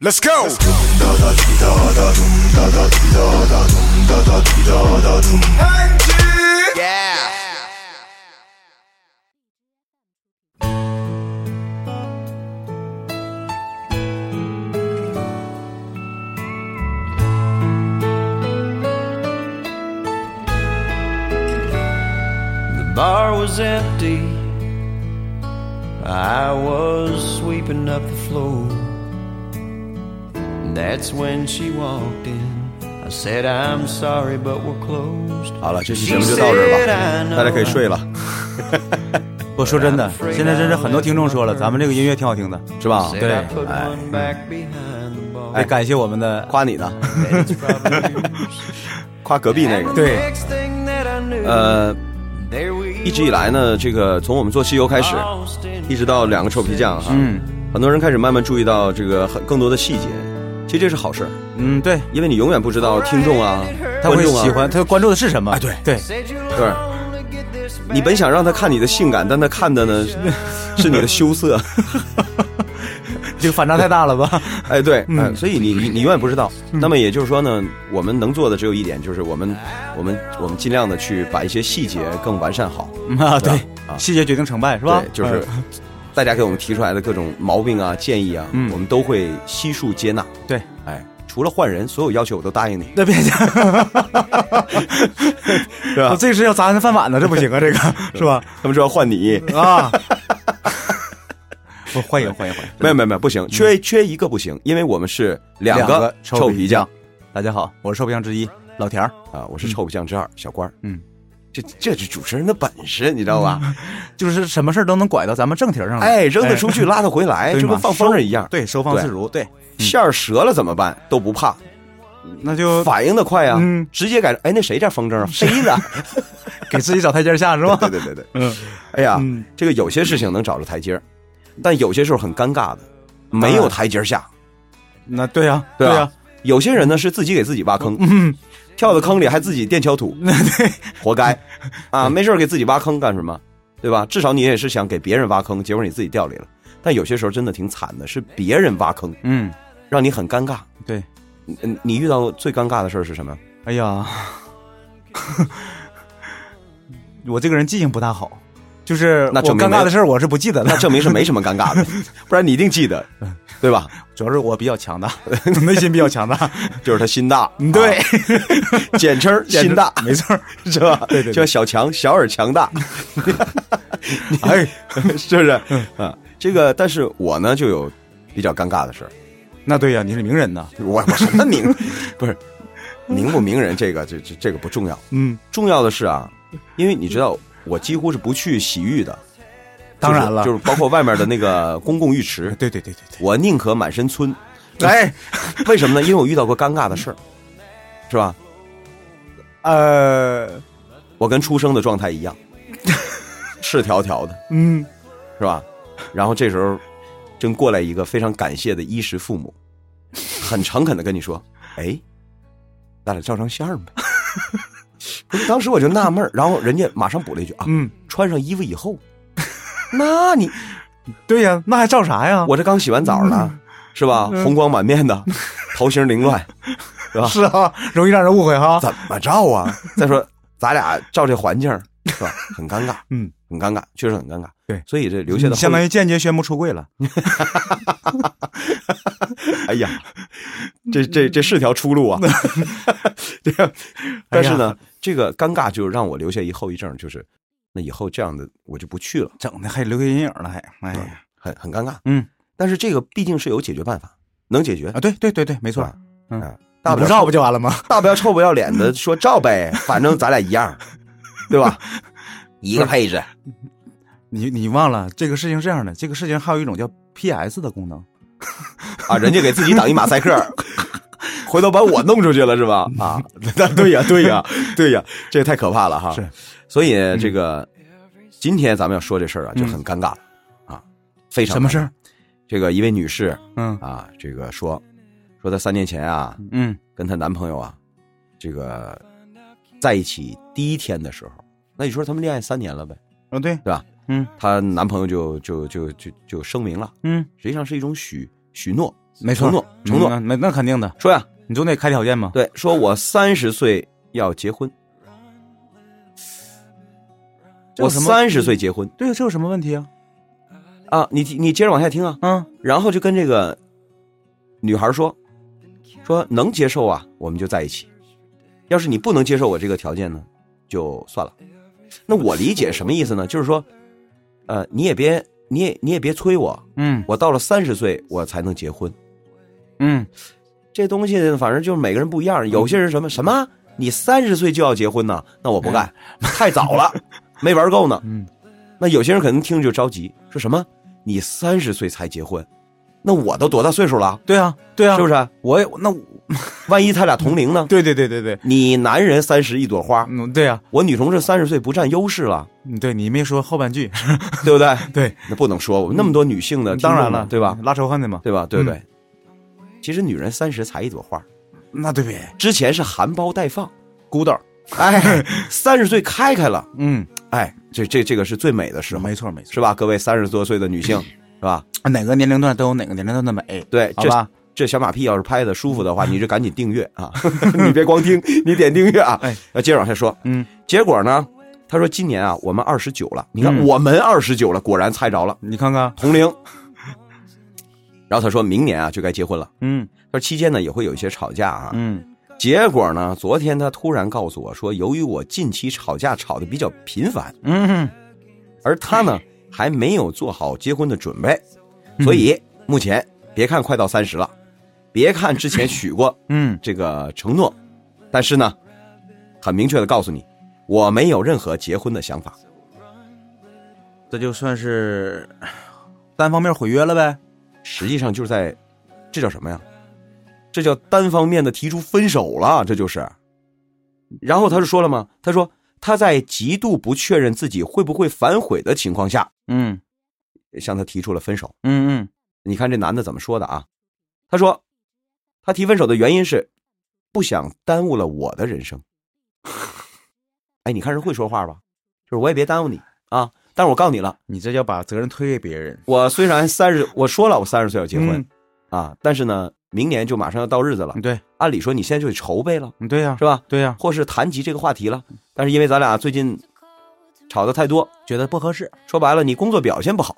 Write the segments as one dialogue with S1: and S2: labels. S1: Let's go. Yeah.
S2: The bar was empty. I was sweeping up the floor. That's when she walked in. I said, I'm sorry, but we're closed.
S3: 好了，这期节目就到这儿吧，大家可以 睡了，
S4: 我说真的，现在真是很多听众说了，咱们这个音乐挺好听的，
S3: 是吧？哎
S2: Said
S4: 对
S2: I put one back behind the bar.
S4: 得感谢我们的
S3: 夸你的，
S2: It's probably yours.
S3: 夸隔壁那 个。
S4: 对
S2: Next thing that I knew,
S3: 呃，
S2: there we
S3: 一直以来呢，这个呃从我们做西游开始，
S2: lost in
S3: 一直到两个臭皮匠哈，嗯，很多人开始慢慢注意到这个很更多的细节，其实这是好事儿，
S4: 嗯，对，
S3: 因为你永远不知道听众啊、
S4: 他
S3: 观
S4: 会
S3: 众啊，
S4: 喜欢，他关注的是什么？对对，
S2: Said you'll
S3: Sure.
S2: only get this back.
S3: 你本想让他看你的性感，但他看 的呢是你的羞涩，
S4: 这个反差太大了吧？
S3: 哎，对，嗯，所以你你你永远不知道。
S4: 嗯
S3: 那么也就是说呢，我们能做的只有一点，就是我们我们我们尽量的去把一些细节更完善好，
S4: 嗯啊， 对
S3: 啊，
S4: 细节决定成败是吧嗯
S3: 对，？就是大家给我们提出来的各种毛病啊、建议啊，
S4: 嗯
S3: 我们都会悉数接纳。
S4: 嗯对，嗯
S3: 哎，除了换人，所有要求我都答应你，
S4: 那别 讲，
S3: 对
S4: 我
S3: 吧？
S4: 这是要砸人饭碗呢，这不行啊， 这个是吧？
S3: 他们说要换你，
S4: 啊， 我欢迎欢迎欢迎，
S3: 没有没有没有，不行，缺缺一个不行，因为我们是
S4: 嗯
S3: 两
S4: 两个臭
S3: 臭
S4: 皮
S3: 皮匠
S4: 大家好，我是臭皮匠之一老田儿，
S3: 啊，我是臭皮匠之二小官儿
S4: 嗯，
S3: 这这是主持人的本事，你知道吧？
S4: 就是什么事儿都能拐到咱们正题儿上来，
S3: 哎，扔得出去，拉得回来，
S4: 对
S3: 就
S4: 嘛
S3: 跟放风筝一样。
S4: 对，收放自如，对，
S3: 馅儿折了怎么办？都不怕，
S4: 那就
S3: 反应的快啊
S4: 嗯，
S3: 直接改。哎，那谁家风筝啊？飞的。
S4: 给自己找台阶下是吧？
S3: 对对对对，
S4: 嗯，
S3: 哎呀
S4: 嗯，
S3: 这个有些事情能找着台阶儿，但有些时候很尴尬的，没有台阶儿下，
S4: 那 对呀，
S3: 对吧
S4: 呀，
S3: 有些人
S4: 嗯
S3: 呢是自己给自己挖坑，跳到坑里还自己垫锹 土，活该啊！没事儿给自己挖坑干什么？对吧？至少你也是想给别人挖坑，结果你自己掉里了。但有些时候真的挺惨的，是别人挖坑，
S4: 嗯，
S3: 让你很尴尬。
S4: 对，
S3: 嗯，你遇到最尴尬的事儿是什么？
S4: 哎呀， 我这个人记性不大好，就是
S3: 那
S4: 我
S3: 证明
S4: 尴
S3: 没
S4: 尬
S3: 有
S4: 的事儿我是不记得
S3: 那
S4: 的，
S3: 证明是没什么 尴尬的，不然你一定记得，
S4: 嗯
S3: 对吧？
S4: 主要是我比较强 大，内心比较强大，
S3: 就是他心大，
S4: 嗯对
S3: 啊， 简 称儿心大，
S4: 没错儿。
S3: 是吧？
S4: 对对对
S3: 就像小强、小尔强 大，
S4: 哎，
S3: 是不是？啊，这个，但是我呢就有比较尴尬的事儿，
S4: 那对呀，你是名人呐，
S3: 我我什 么名不是名不名人，这个这这这个不重要，
S4: 嗯，
S3: 重要的是啊，因为你知道我几乎是不去洗浴的，
S4: 当然了
S3: 就是就是包括外面的那个公共 浴池，
S4: 对对对对
S3: 我宁可满身村，
S4: 对，哎，
S3: 为什么呢？因为我遇到过尴尬的事儿，是吧？
S4: 呃，
S3: 我跟出生的状态一样， 赤条条的，
S4: 嗯，
S3: 是吧？然后这时候，真过来一个非常感谢的衣食父母，很诚恳的跟你说：“哎，咱俩照张相吧。” 不是，当时我就纳闷儿然后人家马上补了一句：“啊，
S4: 嗯，
S3: 穿上衣服以后，那你
S4: 对呀，那还照啥呀？
S3: 我这刚洗完澡呢，
S4: 嗯
S3: 是吧？红光满 面的，头型凌乱，是吧？
S4: 是啊，容易让人误会哈。
S3: 怎么照啊？再说咱俩照这环境儿是吧？很尴尬，
S4: 嗯，
S3: 很尴尬，确实很尴尬。
S4: 对
S3: 所以这留下的
S4: 你
S3: 后
S4: 嗯相当于间接宣布出柜了，
S3: 哎呀，
S4: 嗯
S3: 这这这是条出路啊！ 这样，但是
S4: 哎
S3: 呢，这个尴尬就让我留下一后遗症，就是那以后这样的我就不去了，
S4: 整的还留下阴影了，还哎呀
S3: 很很尴尬。
S4: 嗯，
S3: 但是这个毕竟是有解决办法，能解决
S4: 啊，，对对对对，没错
S3: 是，吧
S4: 嗯
S3: 啊大
S4: 你
S3: 不了
S4: 不照不就完了吗？
S3: 大不了臭不要脸的说照呗，反正咱俩一样，对吧？一个配置，
S4: 你你忘了这个事情是这样的，这个事情还有一种叫 PS 的功能，
S3: 啊，人家给自己挡一马赛 克儿，回头把我弄出去了是吧？啊，那对呀，对 呀，对呀，这也太可怕了哈。
S4: 是，嗯
S3: 所以这个、今天咱们要说这事儿啊，就很尴尬了、啊，非常
S4: 什么
S3: 尴尬
S4: 事儿？
S3: 这个一位女士
S4: 嗯
S3: 啊，这个说说她三年前啊，
S4: 嗯
S3: 跟她男朋友啊，这个在一起第一天的时候，那你说他们恋爱三年了呗？
S4: 啊，对
S3: 对吧？
S4: 嗯
S3: 她男朋友就就就就就声明了，
S4: 嗯，
S3: 实际上是一种许许诺，
S4: 没错，
S3: 承诺承诺
S4: 嗯那那肯定的，
S3: 说呀、
S4: 你总得开条件嘛。
S3: 对，说我三十岁要结婚，
S4: 这有
S3: 我
S4: 什么
S3: 三十岁结婚
S4: 对，这有什么问题啊？
S3: 啊！你你接着往下听啊，
S4: 嗯，
S3: 然后就跟这个女孩说，说能接受啊，我们就在一起；要是你不能接受我这个条件呢，就算了。那我理解什么意思呢？就是说，呃，你也别你也你也别催我，
S4: 嗯
S3: 我到了三十岁我才能结婚。
S4: 嗯，
S3: 这东西反正就是每个人不一样，有些人什么什么，你三十岁就要结婚呢？那我不干， 太早了，没玩够呢。
S4: 嗯，
S3: 那有些人可能听着就着急，说什么你三十岁才结婚，那我都多大岁数了？
S4: 对啊，对啊，
S3: 是不
S4: 是？
S3: 是？
S4: 我也那我
S3: 万一他俩同龄呢？
S4: 对对对对对，
S3: 你男人三十一朵花，
S4: 嗯，对啊，
S3: 我女同志三十岁不占优势了，
S4: 嗯对你没说后半句，
S3: 对不对？
S4: 对，嗯
S3: 那不能说，我们那么多女性的听众
S4: 当
S3: 呢，
S4: 然了，嗯
S3: 对吧？
S4: 拉仇恨的嘛，
S3: 对吧？对不对？其实女人三十才一朵花，
S4: 那对呗，
S3: 之前是含苞待放，
S4: 孤 岛，
S3: 哎，三十岁开开了。
S4: 嗯，
S3: 哎，这这这个是最美的时候，
S4: 没错没错，
S3: 是吧？各位三十多岁的女 性，是吧？
S4: 哪个年龄段都有哪个年龄段的美，
S3: 对，
S4: 好
S3: 这
S4: 吧？嗯
S3: 这小马屁要是拍的舒服的话，你就赶紧订阅啊！ 你别光听，你点订阅啊！
S4: 哎，
S3: 接着往下说，
S4: 嗯，
S3: 结果呢？他说今年啊，我们二十九了，你看、
S4: 嗯
S3: 我们二十九了，果然猜着了，
S4: 你看看，
S3: 同龄。然后他说明年啊就该结婚了。
S4: 嗯
S3: 他说期间呢也会有一些吵架啊。
S4: 嗯，
S3: 结果呢，昨天他突然告诉我说，由于我近期吵架吵得比较频繁，
S4: 嗯，
S3: 而他呢还没有做好结婚的准备，
S4: 嗯
S3: 所以目前别看快到三十了，别看之前许过
S4: 嗯，
S3: 这个承诺，但是呢，很明确的告诉你，我没有任何结婚的想法。
S4: 这就算是单方面毁约了呗。
S3: 实际上就是在，这叫什么呀？这叫单方面的提出分手了，这就是。然后他就说了嘛，他说他在极度不确认自己会不会反悔的情况下，
S4: 嗯
S3: 向他提出了分手。
S4: 嗯
S3: 你看这男的怎么说的啊？他说，他提分手的原因是不想耽误了我的人生。 哎，你看人会说话吧？就是我也别耽误你啊。但是我告诉你了
S4: 嗯，，你这叫把责任推给别人。
S3: 我虽然三十，我说了我三十岁要结婚、
S4: 嗯
S3: 啊，但是呢，明年就马上要到日子了。
S4: 对，
S3: 按理说你现在就得筹备了，
S4: 嗯对呀、
S3: 是吧？
S4: 对呀、
S3: 或是谈及这个话题了，但是因为咱俩最近吵得太多，
S4: 觉得不合适。
S3: 说白了你工作表现不好，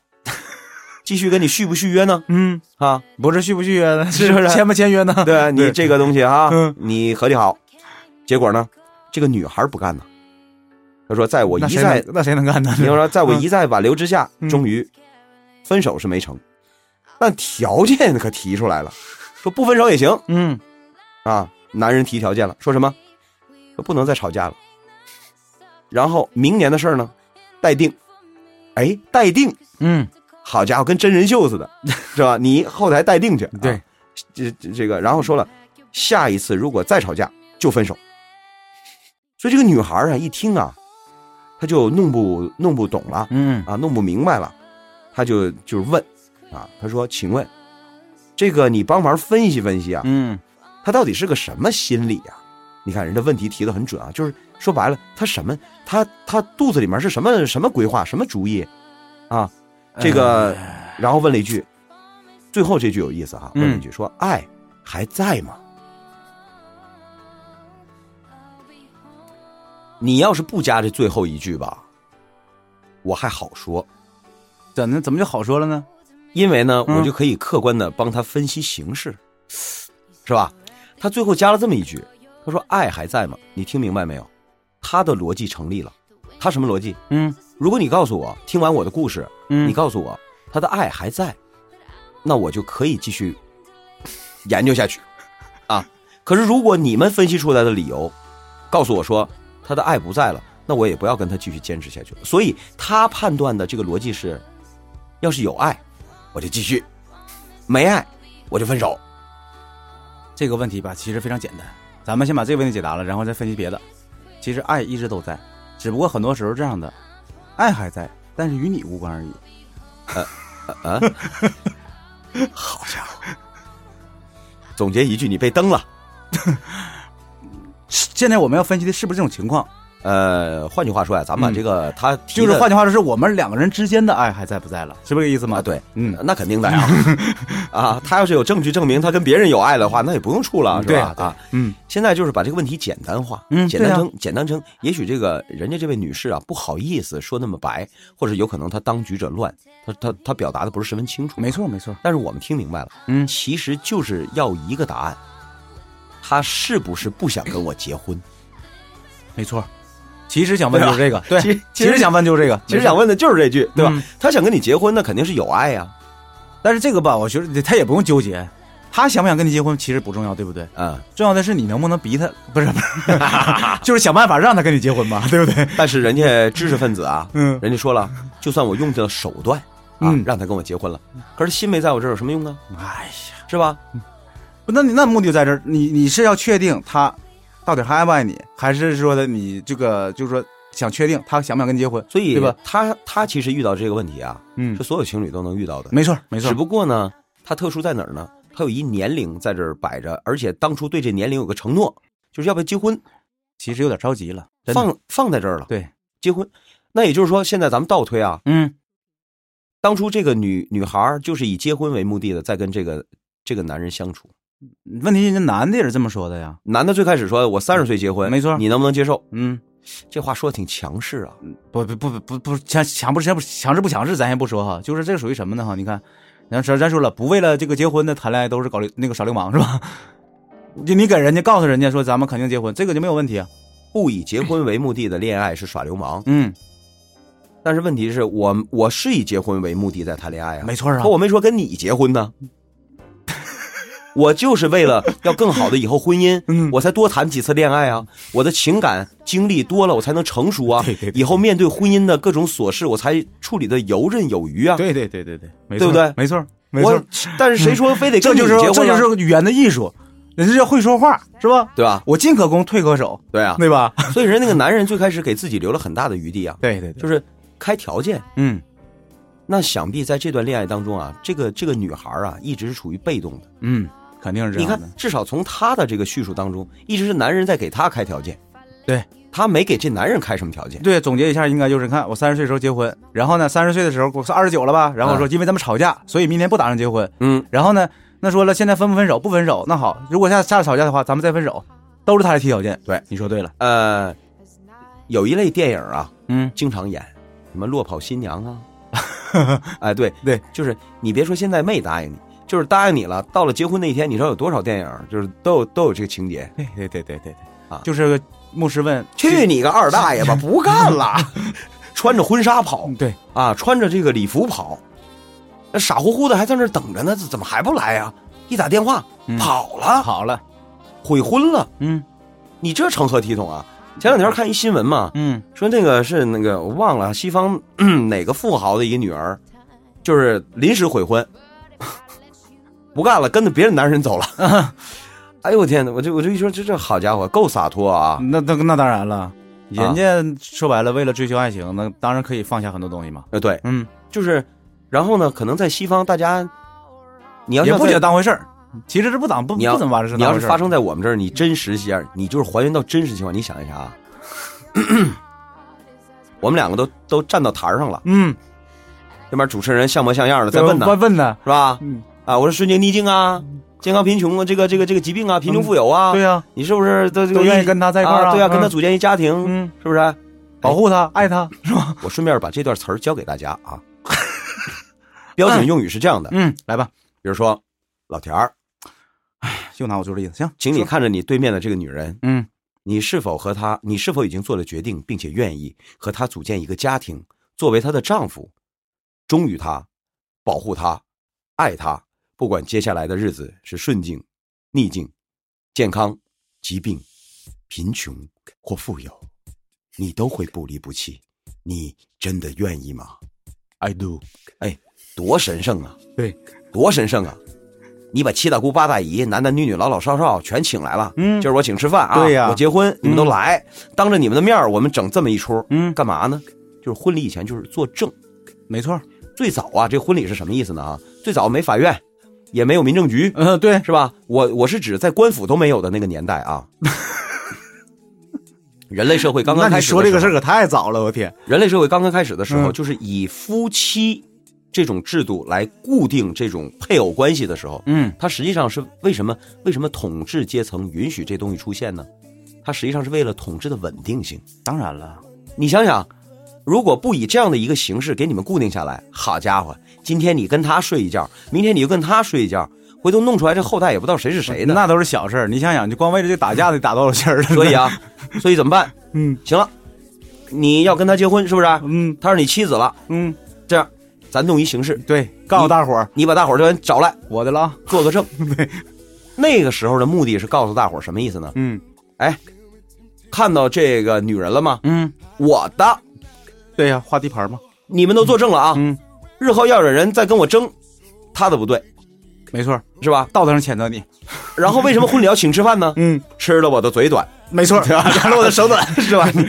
S3: 继续跟你续不续约呢？
S4: 嗯，
S3: 啊，
S4: 不是续不续约呢，
S3: 是不是
S4: 签不签约呢？
S3: 对你这个东西啊
S4: 嗯，
S3: 你合计好，结果呢，这个女孩不干呢。她说，在我
S4: 那
S3: 一
S4: 谁
S3: 再，
S4: 能那谁能 干呢？
S3: 你要说，在我一再挽留之下，
S4: 嗯
S3: 终于分手是没成，但条件可提出来了，说不分手也行
S4: 嗯
S3: 啊。男人提条件了，说什么？说不能再吵架了。然后明年的事儿呢，待定。哎，待定，
S4: 嗯，
S3: 好家伙，跟真人秀 似的，是吧？你后台待定去。啊
S4: 对，
S3: 这这这个，然后说了，下一次如果再吵架就分手。所以这个女孩啊，一听啊，她就弄不弄不懂了
S4: 嗯
S3: 啊，弄不明白了，她就就是问啊，她说：“请问，这个你帮忙分析分析啊，
S4: 嗯
S3: 她到底是个什么心理啊？”你看人家问题提的很准啊，就是说白了，她什么，她她肚子里面是什么什么规划，什么主意啊？这个，然后问了一句，最后这句有意思哈、问了一句说：“爱还在吗？”你要是不加这最后一句吧，我还好说，
S4: 怎么怎么就好说了呢？
S3: 因为呢，
S4: 嗯
S3: 我就可以客观的帮他分析形势，是吧？他最后加了这么一句，他说：“爱还在吗？”你听明白没有？他的逻辑成立了，他什么逻辑？
S4: 嗯
S3: 如果你告诉我，听完我的故事，
S4: 嗯，
S3: 你告诉我他的爱还在，那我就可以继续研究下去啊。可是如果你们分析出来的理由告诉我说他的爱不在了，那我也不要跟他继续坚持下去了。所以他判断的这个逻辑是：要是有爱，我就继续；没爱，我就分手。
S4: 这个问题吧，其实非常简单。咱们先把这个问题解答了，然后再分析别的。其实爱一直都在，只不过很多时候这样的，爱还在，但是与你无关而已。
S3: 好家伙！总结一句，你被蹬了。
S4: 现在我们要分析的是不是这种情况？
S3: 呃，换句话说呀、咱们把
S4: 嗯
S3: 这个、他提
S4: 就是
S3: 的
S4: 换句话说，是我们两个人之间的爱还在不在了，是不是这个意思吗？
S3: 啊，对，
S4: 嗯，
S3: 那肯定的呀， 啊，他要是有证据证明他跟别人有爱的话，那也不用处了，是
S4: 对
S3: 吧
S4: 啊？对
S3: 啊，
S4: 嗯，
S3: 现在就是把这个问题简单化，
S4: 嗯
S3: 简单
S4: 对啊
S3: 称，简单称。也许这个人家这位女士啊，不好意思说那么白，或者有可能她当局者乱，她她她表达的不是十分清楚，
S4: 没错没错，
S3: 但是我们听明白了，
S4: 嗯
S3: 其实就是要一个答案，他是不是不想跟我结婚？
S4: 没错。其实想问就是这个，对
S3: 对吧其实，
S4: 其实想问就是这个，
S3: 其实想
S4: 问。
S3: 问的就是这句，对吧？
S4: 嗯
S3: 他想跟你结婚，那肯定是有爱啊呀、
S4: 但是这个吧，我觉得他也不用纠结，他想不想跟你结婚其实不重要，对不对？
S3: 嗯，
S4: 重要的是你能不能 逼他，不是不是，就是想办法让他跟你结婚嘛，对不 对？
S3: 但是人家知识分子啊，
S4: 嗯
S3: 人家说了，就算我用尽了手段啊，
S4: 嗯
S3: 让他跟我结婚了，可是心没在我这儿有什么用呢？
S4: 哎呀，
S3: 是吧？
S4: 不，那你那目的就在这儿，你你是要确定他到底还爱不爱你，还是说的你这个就是说想确定他想不想跟你结婚？
S3: 所以
S4: 对吧？
S3: 他他其实遇到这个问题啊，
S4: 嗯
S3: 是，所有情侣都能遇到的，
S4: 没错没错
S3: 只，不过呢，他特殊在哪儿呢？他有一年龄在这儿摆着，而且当初对这年龄有个承诺，就是要不要结婚，
S4: 其实有点着急了，真的
S3: 放放在这儿了，
S4: 对，
S3: 结婚。那也就是说，现在咱们倒推啊，
S4: 嗯，
S3: 当初这个女女孩儿就是以结婚为目的的，在跟这个这个男人相处。
S4: 问题是人男的也是这么说的呀，
S3: 男的最开始说：“我三十岁结婚，
S4: 没错
S3: 你能不能接受
S4: 嗯，？”
S3: 这话说的挺强势啊。
S4: 不不不不不强强不强不强制不强制，咱先不说哈，就是这个属于什么呢哈？你看，咱咱咱说了，不为了这个结婚的谈恋爱都是搞流那个耍流氓是吧？ 就你给人家告诉人家说咱们肯定结婚，这个就没有问题啊。
S3: 不以结婚为目的的恋爱是耍流氓，
S4: 嗯，
S3: 但是问题是我我是以结婚为目的在谈恋爱啊，
S4: 没错啊
S3: 可我没说跟你结婚呢，我就是为了要更好的以后婚姻，
S4: 嗯
S3: 我才多谈几次恋爱啊，我的情感经历多了，我才能成熟啊，
S4: 对对对
S3: 以后面对婚姻的各种琐事，我才处理的游刃有余啊，
S4: 对对对对对，没
S3: 对不对
S4: 没错，没
S3: 我
S4: 错，
S3: 但是谁说非得
S4: 这
S3: 跟你
S4: 就
S3: 结
S4: 是
S3: 婚了
S4: 这就是语言的艺术，人家要会说话是吧？
S3: 对吧？
S4: 我进可攻，退可守，
S3: 对啊，
S4: 对吧？
S3: 所以人那个男人最开始给自己留了很大的余地啊，
S4: 对对
S3: 就
S4: 对，
S3: 是开条件，
S4: 嗯，
S3: 那想必在这段恋爱当中啊，这个这个女孩啊，一直是处于被动的。
S4: 嗯，肯定是这
S3: 你
S4: 样
S3: 看
S4: 的。，
S3: 至少从她的这个叙述当中，一直是男人在给她开条件，
S4: 对
S3: 她没给这男人开什么条件。
S4: 对，总结一下，应该就是你看我三十岁的时候结婚，然后呢，三十岁的时候我是二十九了吧，然后我说因为咱们吵架，所以明天不打算结婚。
S3: 嗯，
S4: 然后呢，那说了现在分不分手？不分手，那好，如果下下次吵架的话，咱们再分手，都是他来提条件。
S3: 对，
S4: 你说对了，
S3: 呃，有一类电影啊，
S4: 嗯，
S3: 经常演，什么《落跑新娘》 啊，哎，对
S4: 对，
S3: 就是你别说现在没答应你，就是答应你了，到了结婚那一天，你知道有多少电影就是都有都有这个情节。
S4: 对对对对对对，
S3: 啊
S4: 就是牧师问，
S3: 去你个二大 爷吧，不干了，穿着婚纱跑。
S4: 嗯对，
S3: 啊，穿着这个礼服跑，那傻乎乎的还在那儿等着呢，这怎么还不来呀、一打电话、
S4: 嗯
S3: 跑了，
S4: 好了，
S3: 悔婚了，
S4: 嗯
S3: 你这成何体统啊？前两天看一新闻嘛，
S4: 嗯
S3: 说那个是那个我忘了西方嗯哪个富豪的一个女儿，就是临时悔婚， 不干了，跟着别的男人走了。 哎呦我天哪！我就我就一说，这这好家伙，够洒脱啊！
S4: 那那那当然了，人家说白了，为了追求爱情，那当然可以放下很多东西嘛。
S3: 呃，对，
S4: 嗯，
S3: 就是，然后呢，可能在西方大家，你要
S4: 也
S3: 像
S4: 不
S3: 在
S4: 觉得当回事儿，其实这不当不
S3: 你要
S4: 不怎么把这事
S3: 你
S4: 当
S3: 要
S4: 回
S3: 是
S4: 事
S3: 发
S4: 儿。
S3: 生在我们这儿，你真实一下，你就是还原到真实情况。你想一下啊， 我们两个都都站到台上了，
S4: 嗯，
S3: 那边主持人像模像样的在问呢，
S4: 问问呢，
S3: 是吧？
S4: 嗯
S3: 啊，我说瞬间逆境啊，健康贫穷啊，这个这个这个疾病啊，贫穷富有啊，
S4: 嗯对呀，
S3: 你是不是都
S4: 都愿意跟他在一块儿
S3: 啊？
S4: 啊
S3: 对呀，跟他
S4: 嗯
S3: 组建一家庭，
S4: 嗯，
S3: 是不是？
S4: 保护他，爱他，
S3: 我顺便把这段词儿教给大家啊。 标准用语是这样的，
S4: 嗯，来吧，
S3: 比如说，老田儿，
S4: 就拿我做例子，行，
S3: 请你看着你对面的这个女人，
S4: 嗯，
S3: 你是否和她，你是否已经做了决定，并且愿意和她组建一个家庭，作为她的丈夫，忠于她，保护她，爱她，不管接下来的日子是顺境、逆境、健康、疾病、贫穷或富有，你都会不离不弃。你真的愿意吗？I do。哎，多神圣啊！
S4: 对，
S3: 多神圣啊！你把七大姑八大姨、男男女女、老老少少全请来了，
S4: 嗯
S3: 今儿我请吃饭啊，
S4: 对呀
S3: 我结婚你们都来，当着你们的面儿我们整这么一出，
S4: 嗯
S3: 干嘛呢？就是婚礼以前就是作证。
S4: 没错，
S3: 最早啊，这婚礼是什么意思呢？啊，最早没法院，也没有民政局，
S4: 嗯，对，
S3: 是吧？我我是指在官府都没有的那个年代啊，人类社会刚刚
S4: 那
S3: 开
S4: 你
S3: 始，
S4: 说这个事儿，可太早了，我天！
S3: 人类社会刚刚开始的时候，
S4: 嗯
S3: 就是以夫妻这种制度来固定这种配偶关系的时候，
S4: 嗯，
S3: 它实际上是为什么？为什么统治阶层允许这东西出现呢？它实际上是为了统治的稳定性。
S4: 当然了，
S3: 你想想，如果不以这样的一个形式给你们固定下来，好家伙，今天你跟他睡一觉，明天你又跟他睡一觉，回头弄出来这后代也不知道谁是谁的。
S4: 那都是小事儿。你想想，就光为了这打架得打多少 钱儿了？
S3: 所以，啊，所以怎么办？
S4: 嗯
S3: 行了，你要跟他结婚是不是？啊
S4: 嗯
S3: 他是你妻子了，
S4: 嗯，
S3: 这样，咱弄一形式，
S4: 对，告诉大伙儿
S3: 你把大伙儿全找来
S4: 我的了啊。
S3: 做 个证。那个时候的目的是告诉大伙儿什么意思呢？
S4: 嗯
S3: 哎，看到这个女人了吗？
S4: 嗯，
S3: 我的，
S4: 对呀，画地盘嘛，
S3: 你们都作证了啊！
S4: 嗯，
S3: 日后要有人再跟我争，他的不对
S4: 没错儿，
S3: 是吧？
S4: 道德上谴责你。？
S3: 然后为什么婚礼要请吃饭呢
S4: 嗯，
S3: 吃了我的嘴短，
S4: 没 错儿，砍了我的手短，
S3: 是吧？你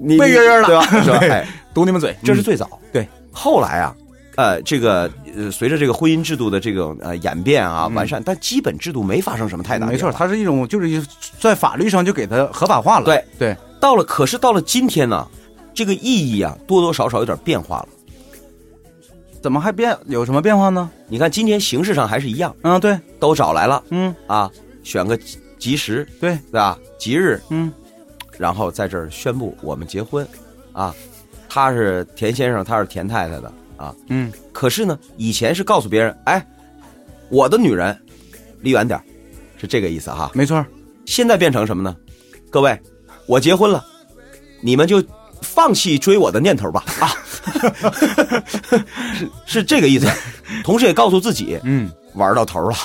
S3: 你
S4: 被约约了
S3: 对 吧？是吧？
S4: 对
S3: 哎，
S4: 堵你们嘴，
S3: 这是
S4: 嗯
S3: 最早。
S4: 对，
S3: 后来啊，呃，这个呃，随着这个婚姻制度的这个呃演变啊、完善，但基本制度没发生什么太大
S4: 没
S3: 变化
S4: 错，它是一种就是一在法律上就给它合法化了。
S3: 对
S4: 对，
S3: 到了，可是到了今天呢，这个意义啊，多多少少有点变化了。
S4: 怎么还变有什么变化呢？
S3: 你看，今天形式上还是一样，
S4: 嗯，对，
S3: 都找来了
S4: 嗯，
S3: 啊，选个吉吉时，
S4: 对，
S3: 对吧？吉日，
S4: 嗯，
S3: 然后在这儿宣布我们结婚，啊，他是田先生，他是田太太的啊。
S4: 嗯，
S3: 可是呢，以前是告诉别人，哎，我的女人，离远点儿，是这个意思哈。
S4: 没错儿，
S3: 现在变成什么呢？各位，我结婚了，你们就放弃追我的念 头吧啊，是是这个意思。 同时也告诉自己，
S4: 嗯，
S3: 玩到头了，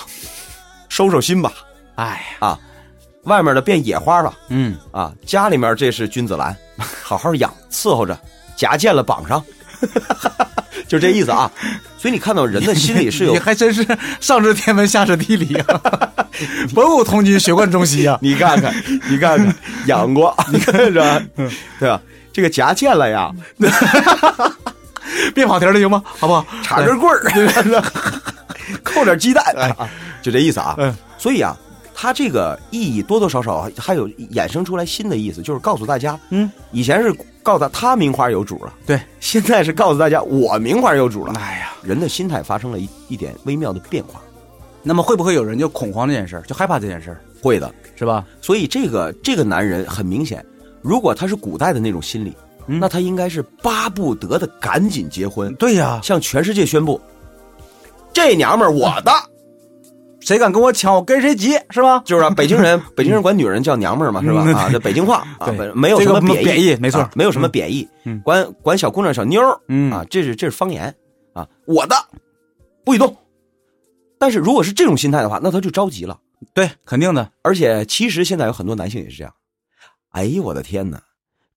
S3: 收收心吧，啊
S4: 哎呀，
S3: 外面的变野花了
S4: 嗯，
S3: 啊，家里面这是君子 兰，好好养，伺候着，夹见了绑上， 就这意思啊。所以你看到人的心里是有
S4: 你还真是上知天文下知地理啊， 博古通今，学贯中西啊。
S3: 你 看看，你看看，养过，你看是吧？ 对吧？这个夹见了呀，
S4: 嗯别跑题儿了，行吗？好不好？
S3: 插根棍儿， 扣点鸡蛋，啊就这意思啊
S4: 哎嗯。
S3: 所以啊，它这个意义多多少少还有衍生出来新的意思，就是告诉大家，
S4: 嗯，
S3: 以前是告诉他他名花有主了，
S4: 对，
S3: 现在是告诉大家我名花有主了。
S4: 哎呀，
S3: 人的心态发生了一一点微妙的变化，
S4: 那么会不会有人就恐慌这件事儿，就害怕这件事儿，
S3: 会的。
S4: 是吧？
S3: 所以这个这个男人很明显，如果他是古代的那种心理，
S4: 嗯
S3: 那他应该是巴不得的赶紧结婚，啊
S4: 对呀，
S3: 向全世界宣布，这娘们儿我的。
S4: 谁敢跟我抢，我跟谁急，是吧？
S3: 就是啊，北 京人，北京人管女人叫娘们儿嘛，是吧？
S4: 嗯
S3: 啊，这北京话啊，
S4: 对
S3: 本没有什么
S4: 这个贬义没错
S3: 啊没有什么贬义
S4: 嗯。
S3: 管管小姑娘小妞儿
S4: 嗯
S3: 啊，这是这是方言啊，我的不许动。但是如果是这种心态的话，那他就着急了。
S4: 对，肯定的。
S3: 而且其实现在有很多男性也是这样。哎呦我的天哪，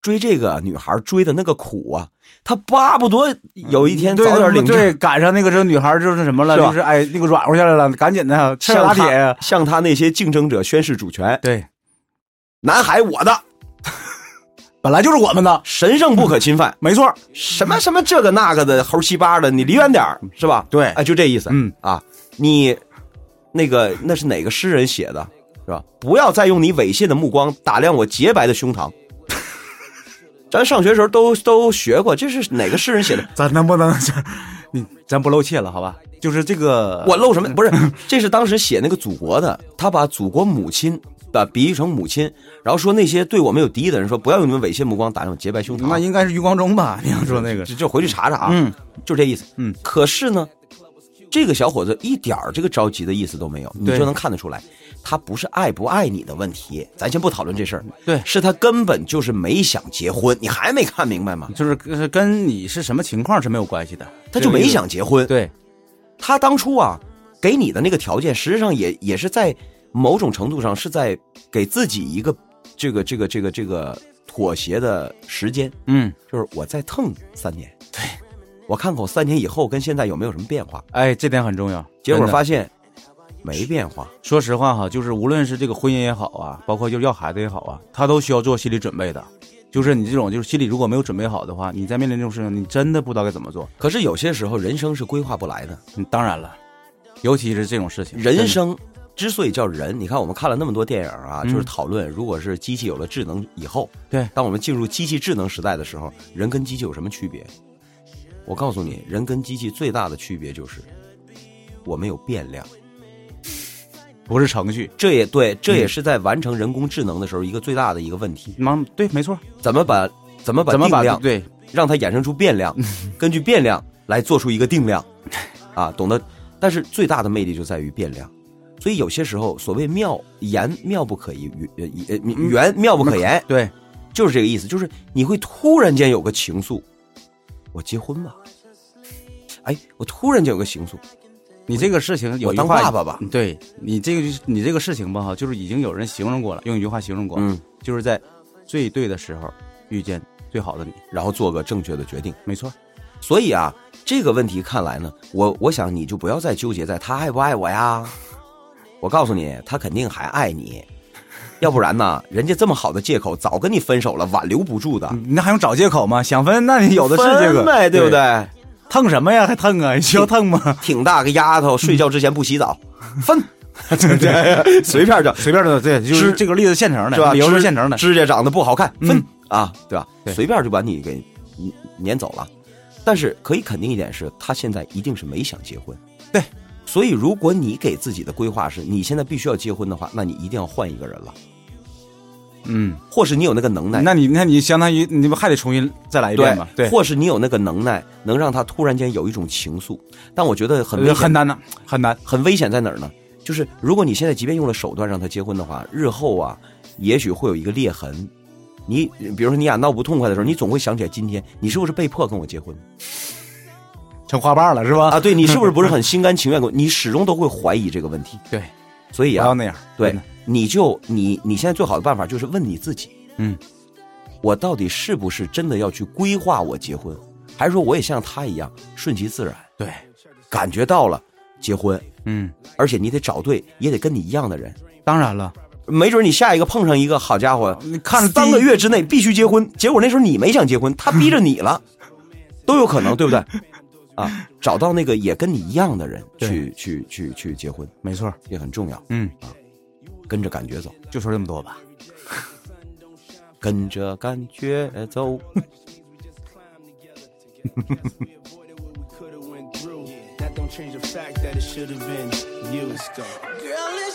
S3: 追这个女孩追的那个苦啊，他巴不得有一天
S4: 嗯对
S3: 早点领证
S4: 对，，赶上那个这女孩儿就是什么了，
S3: 是吧
S4: 就是哎那个软和下来了，赶紧的，趁热
S3: 向
S4: 打铁呀
S3: 他。向他那些竞争者宣誓主权。
S4: 对，
S3: 南海我的，
S4: 本来就是我们的，
S3: 神圣不可侵犯。
S4: 没错儿。
S3: 什么什么这个那个的猴七八的，你离远点儿是吧？
S4: 对
S3: 哎，就这意思。
S4: 嗯
S3: 啊，你那个那是哪个诗人写的，是吧？不要再用你猥亵的目光打量我洁白的胸膛。 咱上学时候都都学过，这是哪个诗人 写的？
S4: 咱能不能，你咱不露怯了，好吧？就是这个，
S3: 我露什么？不是，这是当时写那个祖国的，他把祖国母亲把比喻成母亲，然后说那些对我们有敌意的人说，不要用你们猥亵目光打量我洁白胸膛。
S4: 那应该是余光中吧？你要说那个，
S3: 就就回去查查啊。
S4: 嗯，
S3: 就这意思。
S4: 嗯，
S3: 可是呢，这个小伙子一点儿这个着急的意思都没有，你
S4: 对
S3: 就能看得出来，他不是爱不爱你的问题，咱先不讨论这事儿。
S4: 对
S3: 是他根本就是没想结婚，你还没看明白吗？
S4: 就是呃跟你是什么情况是没有关系的，
S3: 他就没想结婚。
S4: 对，
S3: 他当初啊，给你的那个条件，实际上也也是在某种程度上是在给自己一个这个这个这个这个妥协的时间。
S4: 嗯，
S3: 就是我再蹭三年，对我看看我三年以后跟现在有没有什么变化。
S4: 哎，这点很重要。
S3: 结果
S4: 真的
S3: 发现没变化，
S4: 说实话哈，就是无论是这个婚姻也好啊，包括就是要孩子也好啊，他都需要做心理准备的。就是你这种，就是心里如果没有准备好的话，你在面临这种事情，你真的不知道该怎么做。
S3: 可是有些时候人生是规划不来的，
S4: 嗯当然了，尤其是这种事情，
S3: 人生之所以叫人，你看我们看了那么多电影啊，
S4: 嗯
S3: 就是讨论，如果是机器有了智能以后，
S4: 对
S3: 当我们进入机器智能时代的时候，人跟机器有什么区别？我告诉你，人跟机器最大的区别就是我们有变量。
S4: 不是程序。
S3: 这也对，这也
S4: 嗯
S3: 是在完成人工智能的时候一个最大的一个问题：
S4: 忙对，没错，
S3: 怎么把怎么把
S4: 怎么把
S3: 定量
S4: 对
S3: 让它衍生出 变量，根据变量来做出一个定量，啊，懂得。但是最大的魅力就在于变量，所以有些时候所谓妙言妙不可言，呃呃
S4: 嗯
S3: 言妙不可言，
S4: 对
S3: 就是这个意思，就是你会突然间有个情愫，我结婚吧，哎，我突然间有个情愫，
S4: 你这个事情有
S3: 我
S4: 一
S3: 当
S4: 话
S3: 爸爸吧，
S4: 嗯对你这个就是你这个事情吧哈，就是已经有人形容过了，用一句话形容过，
S3: 嗯，
S4: 就是在最对的时候遇见最好的你，
S3: 然后做个正确的决定。
S4: 没错，
S3: 所以啊，这个问题看来呢，我我想你就不要再纠结在他爱不爱我呀。我告诉你，他肯定还爱你，要不然呢，人家这么好的借口早跟你分手了，挽留不住的。
S4: 你那还用找借口吗？想分，那你有的是借口
S3: 分呗，对不？对？
S4: 腾什么呀？还腾啊？需要腾吗？
S3: 挺大个丫
S4: 嗯
S3: 头，睡觉之前不洗澡，分，对， 随便整，
S4: 随便的，对，就是
S3: 是
S4: 这个例子现成的，
S3: 是吧？
S4: 理由是
S3: 指
S4: 现成的，
S3: 指甲长得不好看，分、
S4: 嗯
S3: 啊，对吧？
S4: 对
S3: 随便就把你给撵撵走了。但是可以肯定一点是，他现在一定是没想结婚。
S4: 对，
S3: 所以如果你给自己的规划是你现在必须要结婚的话，那你一定要换一个人了，
S4: 嗯，
S3: 或是你有那个能耐，
S4: 那你那你相当于你们还得重新再来一遍
S3: 对
S4: 吧？对，
S3: 或是你有那个能耐，能让他突然间有一种情愫。但我觉得很危
S4: 呃
S3: 险
S4: 很难呢，很难。
S3: 很危险在哪儿呢？就是如果你现在即便用了手段让他结婚的话，日后啊，也许会有一个裂痕。你比如说你俩闹不痛快的时候，你总会想起来今天你是不是被迫跟我结婚
S4: 成花瓣了是吧？
S3: 啊？对你是不是不是很心甘情愿跟我？你始终都会怀疑这个问题。
S4: 对，
S3: 所以
S4: 不要
S3: 啊，
S4: 那样。
S3: 对
S4: 真的，
S3: 你就你你现在最好的办法就是问你自己，
S4: 嗯，
S3: 我到底是不是真的要去规划我结婚，还是说我也像他一样顺其自然？
S4: 对，
S3: 感觉到了结婚，
S4: 嗯，
S3: 而且你得找对，也得跟你一样的人。
S4: 当然了，
S3: 没准你下一个碰上一个好家伙，
S4: 你看着
S3: 三
S4: 第一
S3: 个月之内必须结婚，结果那时候你没想结婚，他逼着你了，都有 可能，对不对？啊，找到那个也跟你一样的人
S4: 对
S3: 去去去去结婚
S4: 没错，
S3: 也很重要，啊
S4: 嗯，
S3: 跟着感觉走，
S4: 就说这么多吧。
S3: 跟着感觉走。
S5: That don't change the fact that it should have been years ago.
S1: Girl,